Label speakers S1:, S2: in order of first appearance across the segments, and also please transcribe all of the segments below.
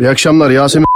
S1: İyi akşamlar Yasemin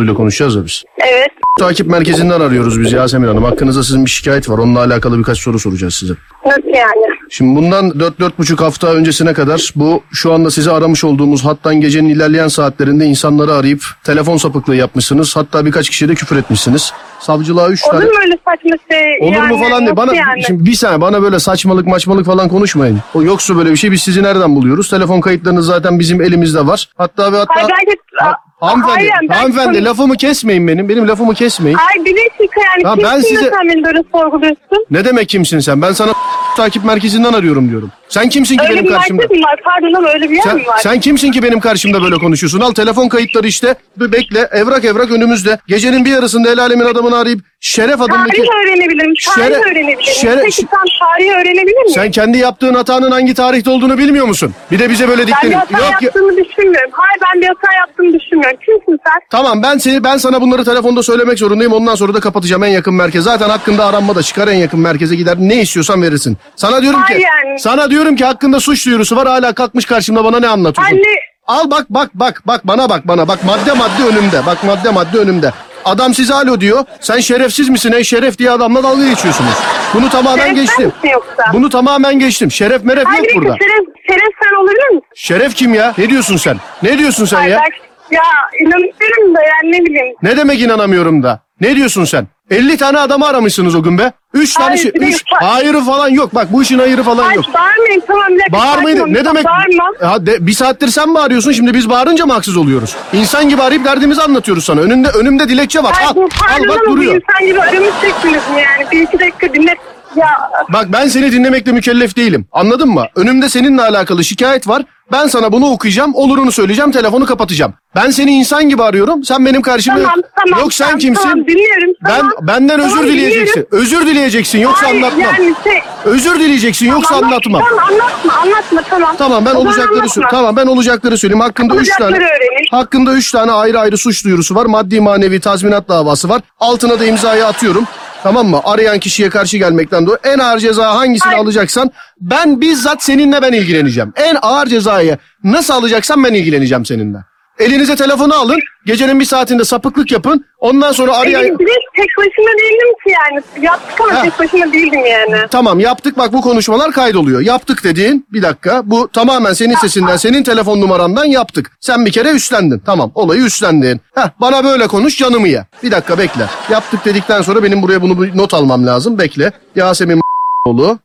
S1: ile konuşacağız da biz.
S2: Evet.
S1: Takip merkezinden arıyoruz biz Yasemin Hanım. Hakkınızda sizin bir şikayet var. Onunla alakalı birkaç soru soracağız size.
S2: Nasıl yani?
S1: Şimdi bundan 4-4,5 hafta öncesine kadar bu şu anda sizi aramış olduğumuz hattan gecenin ilerleyen saatlerinde insanları arayıp telefon sapıklığı yapmışsınız. Hatta birkaç kişiye de küfür etmişsiniz. Savcılığa 3 tane...
S2: Olur mu öyle saçma şey?
S1: Olur
S2: Yani
S1: mu falan diye.
S2: nasıl
S1: Bana
S2: yani?
S1: şimdi bir saniye bana böyle saçmalık maçmalık falan konuşmayın. O yoksa böyle bir şey biz sizi nereden buluyoruz? Telefon kayıtlarınız zaten bizim elimizde var. Hatta ve hatta
S2: Hayır, ben de-
S1: Ha- hanımefendi,
S2: Hayır, ben-
S1: hanımefendi lafımı kesmeyin benim. Benim lafımı kesmeyin.
S2: Ay bir dakika yani
S1: Ya
S2: kimsin
S1: ben
S2: de
S1: size-
S2: sen beni böyle sorguluyorsun?
S1: Ne demek kimsin sen? Ben sana takip merkezinden arıyorum diyorum. Sen kimsin ki
S2: Öyle
S1: benim
S2: bir
S1: karşımda?
S2: merkez mi var? Pardon ama öyle bir yer
S1: Sen,
S2: mi var?
S1: sen kimsin ki benim karşımda böyle konuşuyorsun? Al telefon kayıtları işte. Bir bekle. Evrak evrak önümüzde. Gecenin bir yarısında el alemin adamını arayıp şeref adındaki...
S2: Tarih öğrenebilirim. Tarih
S1: Şere-
S2: öğrenebilirim.
S1: şere-
S2: Peki tam tarihi öğrenebilir miyim?
S1: Sen kendi yaptığın hatanın hangi tarihte olduğunu bilmiyor musun? Bir de bize böyle
S2: Ben bir
S1: diklenin.
S2: hata
S1: Yok ya-
S2: yaptığımı düşünmüyorum. Hayır ben bir hata yaptığımı düşünmüyorum. Kimsin sen?
S1: Tamam ben seni ben sana bunları telefonda söylemek zorundayım. Ondan sonra da kapatacağım en yakın merkez. Zaten hakkında aranma da çıkar en yakın merkeze gider. Ne istiyorsan verirsin. Sana diyorum ki
S2: Hayır.
S1: sana diyorum ki hakkında suç duyurusu var. Hala kalkmış karşımda bana ne anlatıyorsun?
S2: Anne.
S1: Al bak bak bak bak bana bak bana bak madde madde önümde. Bak madde madde önümde. Adam size alo diyor. Sen şerefsiz misin? Ey şeref diye adamla dalga geçiyorsunuz. Bunu tamamen
S2: Şeref sen
S1: geçtim.
S2: misin yoksa?
S1: Bunu tamamen geçtim. Şeref meref
S2: Hayır
S1: yok
S2: bir
S1: burada.
S2: dakika şeref, şeref sen olabilir misin?
S1: Şeref kim ya? Ne diyorsun sen? Ne diyorsun sen
S2: Ay,
S1: ya?
S2: ben- ya inanıyorum da yani ne bileyim.
S1: Ne demek inanamıyorum da? Ne diyorsun sen? 50 tane adamı aramışsınız o gün be. 3 tane
S2: Hayır,
S1: şey,
S2: bir de
S1: üç,
S2: yok.
S1: hayırı falan yok. Bak bu işin hayırı falan
S2: Ay
S1: yok.
S2: bağırmayın tamam. bir dakika,
S1: Bağırmayın.
S2: sakin
S1: Ne
S2: olun,
S1: demek?
S2: Bağırma.
S1: Ha, de- bir saattir sen mi arıyorsun? Şimdi biz bağırınca mı haksız oluyoruz? İnsan gibi arayıp derdimizi anlatıyoruz sana. Önünde önümde dilekçe var.
S2: Ay
S1: Al,
S2: bu
S1: al
S2: pardon
S1: bak
S2: ama bir
S1: duruyor.
S2: insan gibi aramız çektiniz mi yani? Bir iki dakika dinle. Ya
S1: Bak ben seni dinlemekle mükellef değilim. Anladın mı? Önümde seninle alakalı şikayet var. Ben sana bunu okuyacağım, olurunu söyleyeceğim, telefonu kapatacağım. Ben seni insan gibi arıyorum. Sen benim karşımda
S2: tamam
S1: yok.
S2: tamam.
S1: Yok sen
S2: tamam,
S1: kimsin?
S2: Tamam dinliyorum.
S1: Ben
S2: tamam.
S1: benden
S2: Tamam,
S1: özür dileyeceksin.
S2: dinliyorum.
S1: Özür dileyeceksin yoksa
S2: Hayır,
S1: anlatmam.
S2: Yani şey,
S1: Özür dileyeceksin yoksa
S2: anlat-
S1: anlatmam.
S2: Tamam anlatma anlatma tamam.
S1: Tamam ben
S2: O zaman
S1: olacakları
S2: anlatma.
S1: söyleyeyim. Tamam ben olacakları söyleyeyim. Hakkında 3
S2: Olacakları
S1: tane
S2: öğrenin.
S1: Hakkında 3 tane ayrı ayrı suç duyurusu var. Maddi manevi tazminat davası var. Altına da imzayı atıyorum. Tamam mı? Arayan kişiye karşı gelmekten dolayı en ağır ceza hangisini
S2: Hayır.
S1: alacaksan ben bizzat seninle ben ilgileneceğim. En ağır cezayı nasıl alacaksan ben ilgileneceğim seninle. Elinize telefonu alın. Gecenin bir saatinde sapıklık yapın. Ondan sonra arayan...
S2: Benim direkt tek başına değildim ki yani. Yaptık ama
S1: Ha.
S2: tek başına değildim yani.
S1: Tamam yaptık bak bu konuşmalar kaydoluyor. Yaptık dediğin bir dakika bu tamamen senin sesinden senin telefon numarandan yaptık. Sen bir kere üstlendin tamam olayı üstlendin. Heh, bana böyle konuş canımı ye. Bir dakika bekle. Yaptık dedikten sonra benim buraya bunu bir not almam lazım bekle. Yasemin oğlu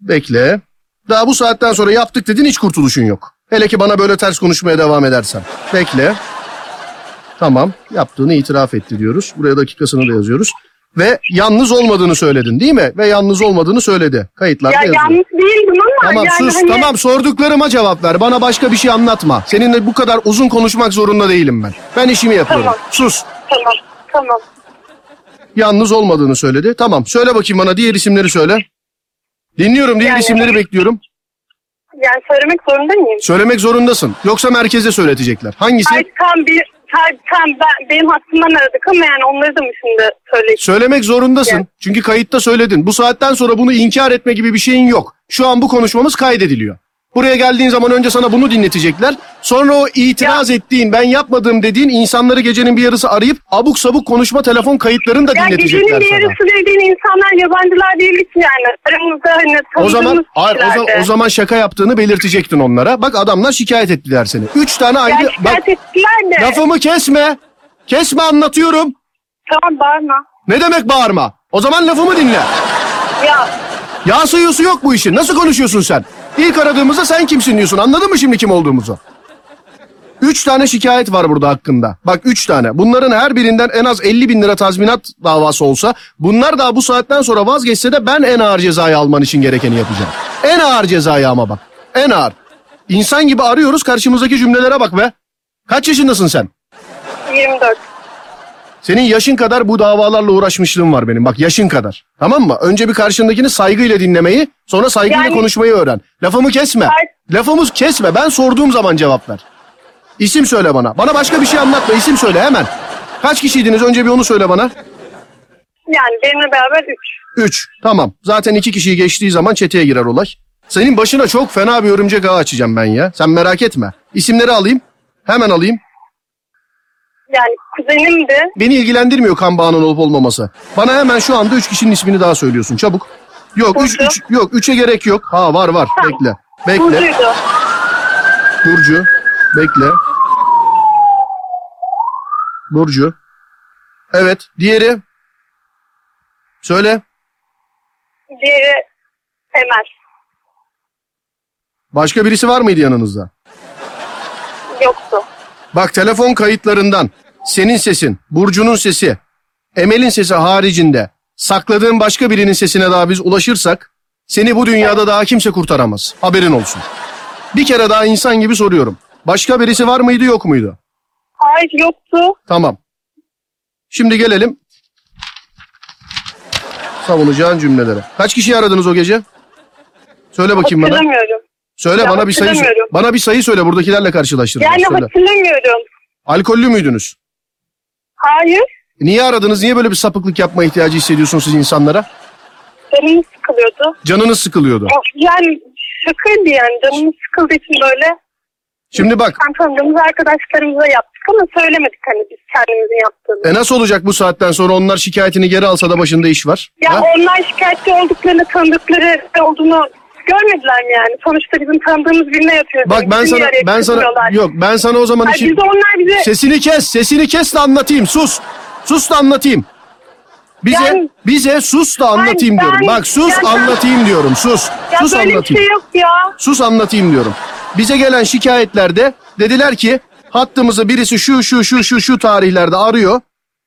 S1: bekle. Daha bu saatten sonra yaptık dedin hiç kurtuluşun yok. Hele ki bana böyle ters konuşmaya devam edersen. Bekle. Tamam yaptığını itiraf etti diyoruz. Buraya dakikasını da yazıyoruz. Ve yalnız olmadığını söyledin değil mi? Ve yalnız olmadığını söyledi. Kayıtlarda
S2: Ya
S1: yazıyor.
S2: yanlış değildim ama
S1: Tamam
S2: yani
S1: sus
S2: hani...
S1: tamam sorduklarıma cevap ver. Bana başka bir şey anlatma. Seninle bu kadar uzun konuşmak zorunda değilim ben. Ben işimi yapıyorum.
S2: Tamam.
S1: Sus.
S2: Tamam tamam.
S1: Yalnız olmadığını söyledi. Tamam söyle bakayım bana diğer isimleri söyle. Dinliyorum diğer
S2: Yani-
S1: isimleri bekliyorum.
S2: Yani söylemek zorunda mıyım?
S1: Söylemek zorundasın. Yoksa merkeze söyletecekler. Hangisi?
S2: Ay tam bir tam, tam ben, benim hakkımdan aradık ama yani onları da mı şimdi söyleyeceğim?
S1: Söylemek zorundasın.
S2: Ya.
S1: Çünkü kayıtta söyledin. Bu saatten sonra bunu inkar etme gibi bir şeyin yok. Şu an bu konuşmamız kaydediliyor. Buraya geldiğin zaman önce sana bunu dinletecekler. Sonra o itiraz ettiğin, ben yapmadım dediğin insanları gecenin bir yarısı arayıp abuk sabuk konuşma telefon kayıtlarını da
S2: Ya
S1: dinletecekler
S2: gecenin bir
S1: sana.
S2: yarısı dediğin insanlar yabancılar değildi ki yani. Aramızda hani
S1: O
S2: tanıdığımız
S1: zaman, hayır, o, zaman,
S2: kişilerdi.
S1: o zaman şaka yaptığını belirtecektin onlara. Bak adamlar şikayet ettiler seni. Üç tane ayrı...
S2: Yani
S1: Bak,
S2: şikayet ettiler de.
S1: lafımı kesme. Kesme anlatıyorum.
S2: Tamam bağırma.
S1: Ne demek bağırma? O zaman lafımı dinle.
S2: Ya
S1: Yağ suyusu yok bu işin. Nasıl konuşuyorsun sen? İlk aradığımızda sen kimsin diyorsun. Anladın mı şimdi kim olduğumuzu? Üç tane şikayet var burada hakkında. Bak üç tane. Bunların her birinden en az 50 bin lira tazminat davası olsa bunlar daha bu saatten sonra vazgeçse de ben en ağır cezayı alman için gerekeni yapacağım. En ağır cezayı ama bak. En ağır. İnsan gibi arıyoruz karşımızdaki cümlelere bak be. Kaç yaşındasın sen?
S2: 24.
S1: Senin yaşın kadar bu davalarla uğraşmışlığım var benim. Bak yaşın kadar. Tamam mı? Önce bir karşındakini saygıyla dinlemeyi, sonra saygıyla
S2: Yani-
S1: konuşmayı öğren. Lafımı kesme.
S2: Hayır.
S1: Lafımız kesme. Ben sorduğum zaman cevap ver. İsim söyle bana. Bana başka bir şey anlatma. İsim söyle hemen. Kaç kişiydiniz? Önce bir onu söyle bana.
S2: Yani benimle beraber 3.
S1: Üç. Tamam. Zaten iki kişiyi geçtiği zaman çeteye girer olay. Senin başına çok fena bir örümcek ağı açacağım ben ya. Sen merak etme. İsimleri alayım. Hemen alayım.
S2: yani kuzenimdi.
S1: Beni ilgilendirmiyor kan bağının olup olmaması. Bana hemen şu anda üç kişinin ismini daha söylüyorsun çabuk. Yok üç,
S2: Burcu.
S1: üç- yok üçe gerek yok. Ha var var
S2: Tamam.
S1: bekle. Bekle
S2: Burcuydu.
S1: Burcu. Bekle. Burcu. Evet diğeri. Söyle.
S2: Diğeri Emel.
S1: Başka birisi var mıydı yanınızda?
S2: Yoktu.
S1: Bak telefon kayıtlarından senin sesin, Burcu'nun sesi, Emel'in sesi haricinde sakladığın başka birinin sesine daha biz ulaşırsak seni bu dünyada daha kimse kurtaramaz. Haberin olsun. Bir kere daha insan gibi soruyorum. Başka birisi var mıydı yok muydu?
S2: Hayır yoktu.
S1: Tamam. Şimdi gelelim savunacağın cümlelere. Kaç kişi aradınız o gece? Söyle bakayım bana.
S2: Hatırlamıyorum.
S1: Söyle
S2: Ya
S1: bana bir sayı söyle.
S2: hatırlamıyorum.
S1: Bana bir sayı söyle buradakilerle karşılaştıracağız.
S2: Yani
S1: söyle.
S2: hatırlamıyorum.
S1: Alkollü müydünüz?
S2: Hayır.
S1: Niye aradınız? Niye böyle bir sapıklık yapma ihtiyacı hissediyorsunuz siz insanlara?
S2: Canım sıkılıyordu.
S1: Canınız sıkılıyordu.
S2: Yani şakaydı yani. Canım sıkıldığı için böyle
S1: Şimdi bak
S2: Ben tanıdığımız arkadaşlarımıza yaptık ama söylemedik hani biz kendimizin yaptığını.
S1: e nasıl olacak bu saatten sonra onlar şikayetini geri alsa da başında iş var.
S2: ya
S1: Ha?
S2: onlar şikayetçi olduklarını, tanıdıkları olduğunu görmediler mi yani? Sonuçta bizim tanıdığımız birine yapıyoruz.
S1: Bak
S2: Yani
S1: ben
S2: bizim
S1: sana
S2: yere
S1: ben sana
S2: götürüyorlar.
S1: yok şey- ben sana o zaman
S2: Ay
S1: işi
S2: biz de onlar bize
S1: sesini kes sesini kes de anlatayım sus sus da anlatayım. Bize
S2: Ben-
S1: bize sus da anlatayım
S2: ben-
S1: diyorum. Bak sus
S2: ben-
S1: anlatayım diyorum. Sus
S2: ya
S1: sus
S2: böyle bir
S1: anlatayım.
S2: şey yok ya.
S1: Sus anlatayım diyorum. Bize gelen şikayetlerde dediler ki hattımızı birisi şu şu şu şu şu tarihlerde arıyor.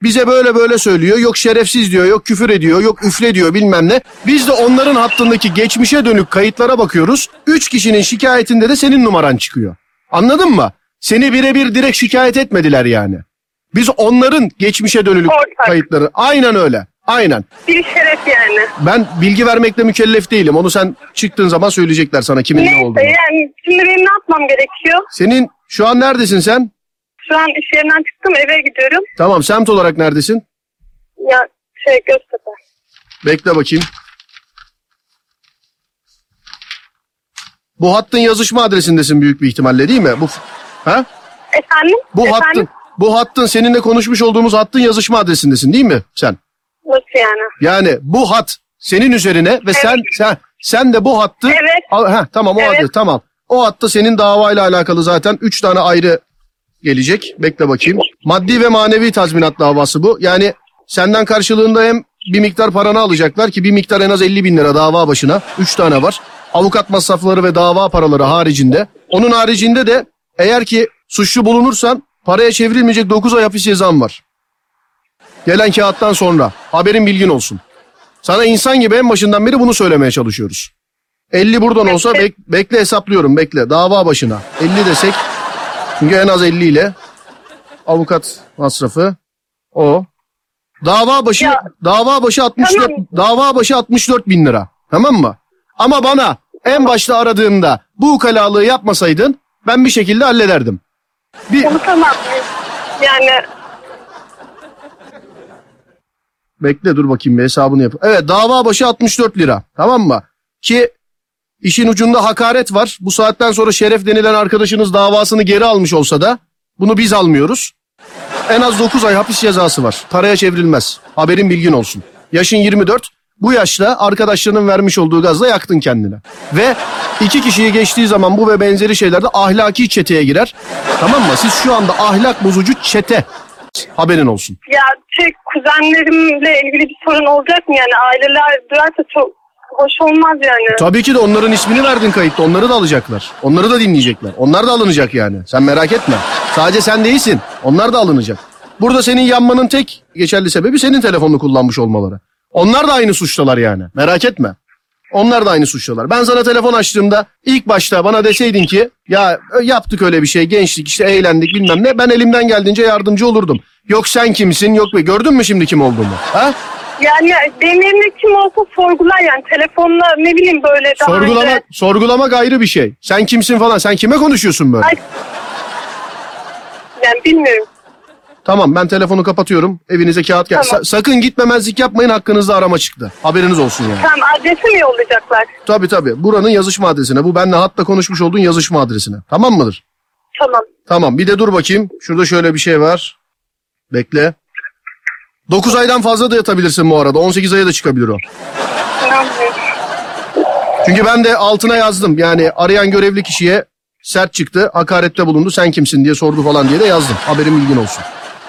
S1: Bize böyle böyle söylüyor. Yok şerefsiz diyor, yok küfür ediyor, yok üfle diyor bilmem ne. Biz de onların hattındaki geçmişe dönük kayıtlara bakıyoruz. Üç kişinin şikayetinde de senin numaran çıkıyor. Anladın mı? Seni birebir direkt şikayet etmediler yani. Biz onların geçmişe dönülük
S2: Ortak.
S1: kayıtları. Aynen öyle. Aynen.
S2: Bir şeref yani.
S1: Ben bilgi vermekle mükellef değilim. Onu sen çıktığın zaman söyleyecekler sana kimin ne olduğunu.
S2: Neyse yani şimdi benim ne yapmam gerekiyor?
S1: Senin şu an neredesin sen?
S2: Şu an iş yerinden çıktım eve gidiyorum.
S1: Tamam semt olarak neredesin?
S2: Ya şey Göztepe.
S1: Bekle bakayım. Bu hattın yazışma adresindesin büyük bir ihtimalle değil mi? Bu ha?
S2: Efendim?
S1: Bu
S2: Efendim?
S1: hattın bu hattın seninle konuşmuş olduğumuz hattın yazışma adresindesin değil mi sen?
S2: Nasıl yani?
S1: Yani bu hat senin üzerine ve sen sen sen de bu hattı
S2: Evet.
S1: Al- heh, tamam o
S2: Evet.
S1: hattı tamam. O hatta senin davayla alakalı zaten 3 tane ayrı gelecek. Bekle bakayım. Maddi ve manevi tazminat davası bu. Yani senden karşılığında hem bir miktar paranı alacaklar ki bir miktar en az 50 bin lira dava başına. 3 tane var. Avukat masrafları ve dava paraları haricinde. Onun haricinde de eğer ki suçlu bulunursan paraya çevrilmeyecek 9 ay hapis cezan var. Gelen kağıttan sonra haberin bilgin olsun. Sana insan gibi en başından beri bunu söylemeye çalışıyoruz. 50 buradan olsa
S2: Bekle.
S1: bek- bekle hesaplıyorum bekle dava başına. 50 desek çünkü en az 50 ile avukat masrafı o. Dava başı
S2: Ya.
S1: dava başı 64
S2: Tamam.
S1: dava başı 64 bin lira. Tamam mı? Ama bana en başta aradığında bu ukalalığı yapmasaydın ben bir şekilde hallederdim. Bir
S2: Unutamam. Yani
S1: Bekle dur bakayım bir hesabını yap. Evet dava başı 64 lira. Tamam mı? Ki işin ucunda hakaret var. Bu saatten sonra şeref denilen arkadaşınız davasını geri almış olsa da bunu biz almıyoruz. En az 9 ay hapis cezası var. Paraya çevrilmez. Haberin bilgin olsun. Yaşın 24. Bu yaşta arkadaşlarının vermiş olduğu gazla yaktın kendini. Ve iki kişiyi geçtiği zaman bu ve benzeri şeylerde ahlaki çeteye girer. Tamam mı? Siz şu anda ahlak bozucu çete. Haberin olsun.
S2: Ya şey kuzenlerimle ilgili bir sorun olacak mı yani aileler duyarsa çok hoş olmaz yani.
S1: Tabii ki de onların ismini verdin kayıtta. Onları da alacaklar. Onları da dinleyecekler. Onlar da alınacak yani. Sen merak etme. Sadece sen değilsin. Onlar da alınacak. Burada senin yanmanın tek geçerli sebebi senin telefonunu kullanmış olmaları. Onlar da aynı suçtalar yani. Merak etme. Onlar da aynı suçlular. Ben sana telefon açtığımda ilk başta bana deseydin ki ya ö, yaptık öyle bir şey gençlik işte eğlendik bilmem ne ben elimden geldiğince yardımcı olurdum. Yok sen kimsin yok be gördün mü şimdi kim olduğumu? Ha?
S2: Yani e, benim yerimde kim olsa sorgular yani telefonla ne bileyim böyle daha
S1: Sorgulamak,
S2: önce.
S1: sorgulamak ayrı bir şey. Sen kimsin falan sen kime konuşuyorsun böyle?
S2: Ay, Yani bilmiyorum.
S1: Tamam ben telefonu kapatıyorum. Evinize kağıt gel.
S2: Tamam.
S1: Sa- sakın gitmemezlik yapmayın. Hakkınızda arama çıktı. Haberiniz olsun yani.
S2: Tamam adresi mi yollayacaklar?
S1: Tabii tabii. Buranın yazışma adresine. Bu benle hatta konuşmuş olduğun yazışma adresine. Tamam mıdır?
S2: Tamam.
S1: Tamam. Bir de dur bakayım. Şurada şöyle bir şey var. Bekle. 9 aydan fazla da yatabilirsin bu arada. 18 aya da çıkabilir o.
S2: İnanmıyorum.
S1: Çünkü ben de altına yazdım. Yani arayan görevli kişiye sert çıktı, hakarette bulundu, sen kimsin diye sordu falan diye de yazdım. Haberim bilgin olsun.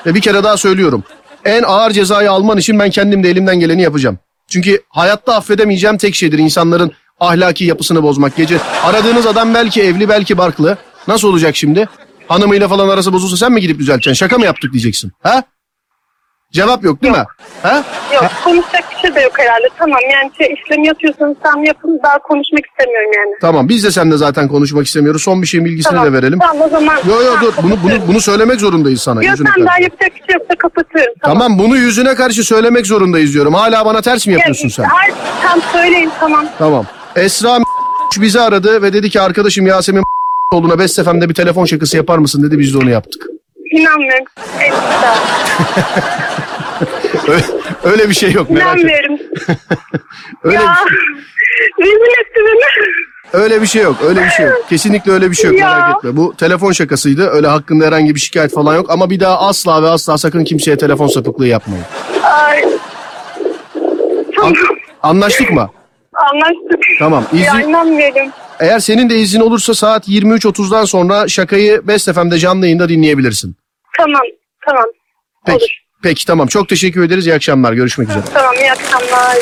S1: Ve bir kere daha söylüyorum. En ağır cezayı alman için ben kendim de elimden geleni yapacağım. Çünkü hayatta affedemeyeceğim tek şeydir insanların ahlaki yapısını bozmak. Gece aradığınız adam belki evli, belki barklı. Nasıl olacak şimdi? Hanımıyla falan arası bozulsa sen mi gidip düzelteceksin? Şaka mı yaptık diyeceksin? Ha? Cevap yok değil mi? Ha?
S2: Yok konuşacak bir şey de yok herhalde. Tamam yani şey, işlemi yapıyorsanız tam yapın. Daha konuşmak istemiyorum yani.
S1: Tamam biz de seninle zaten konuşmak istemiyoruz. Son bir şeyin bilgisini
S2: Tamam.
S1: de verelim.
S2: Tamam o zaman.
S1: Yo yo
S2: Tamam,
S1: dur bunu bunu
S2: kapatıyorum.
S1: bunu söylemek zorundayız sana.
S2: Yok
S1: yüzüne
S2: tamam,
S1: karşı.
S2: daha yapacak bir şey yoksa kapatıyorum.
S1: Tamam. bunu yüzüne karşı söylemek zorundayız diyorum. Hala bana ters mi yapıyorsun
S2: Yani,
S1: sen?
S2: Her, tam söyleyin tamam.
S1: Tamam. Esra bizi aradı ve dedi ki arkadaşım Yasemin olduğuna Best FM'de bir telefon şakası yapar mısın dedi biz de onu yaptık.
S2: İnanmıyorum. Evet, sağ ol.
S1: Öyle, öyle bir şey yok merak etme.
S2: İnanmıyorum.
S1: Öyle,
S2: ya. Rezil etti beni.
S1: öyle bir şey yok öyle bir şey yok. Kesinlikle öyle bir şey yok
S2: Ya.
S1: merak etme. Bu telefon şakasıydı öyle hakkında herhangi bir şikayet falan yok ama bir daha asla ve asla sakın kimseye telefon sapıklığı yapmayın.
S2: Ay. Tamam.
S1: Anlaştık mı?
S2: Anlaştık.
S1: Tamam.
S2: Ya
S1: İzin,
S2: inanmıyorum.
S1: Eğer senin de izin olursa saat 23.30'dan sonra şakayı Best FM'de canlı yayında dinleyebilirsin.
S2: Tamam. Tamam.
S1: Peki.
S2: Olur.
S1: Peki tamam. Çok teşekkür ederiz. İyi akşamlar. Görüşmek üzere.
S2: Tamam iyi akşamlar.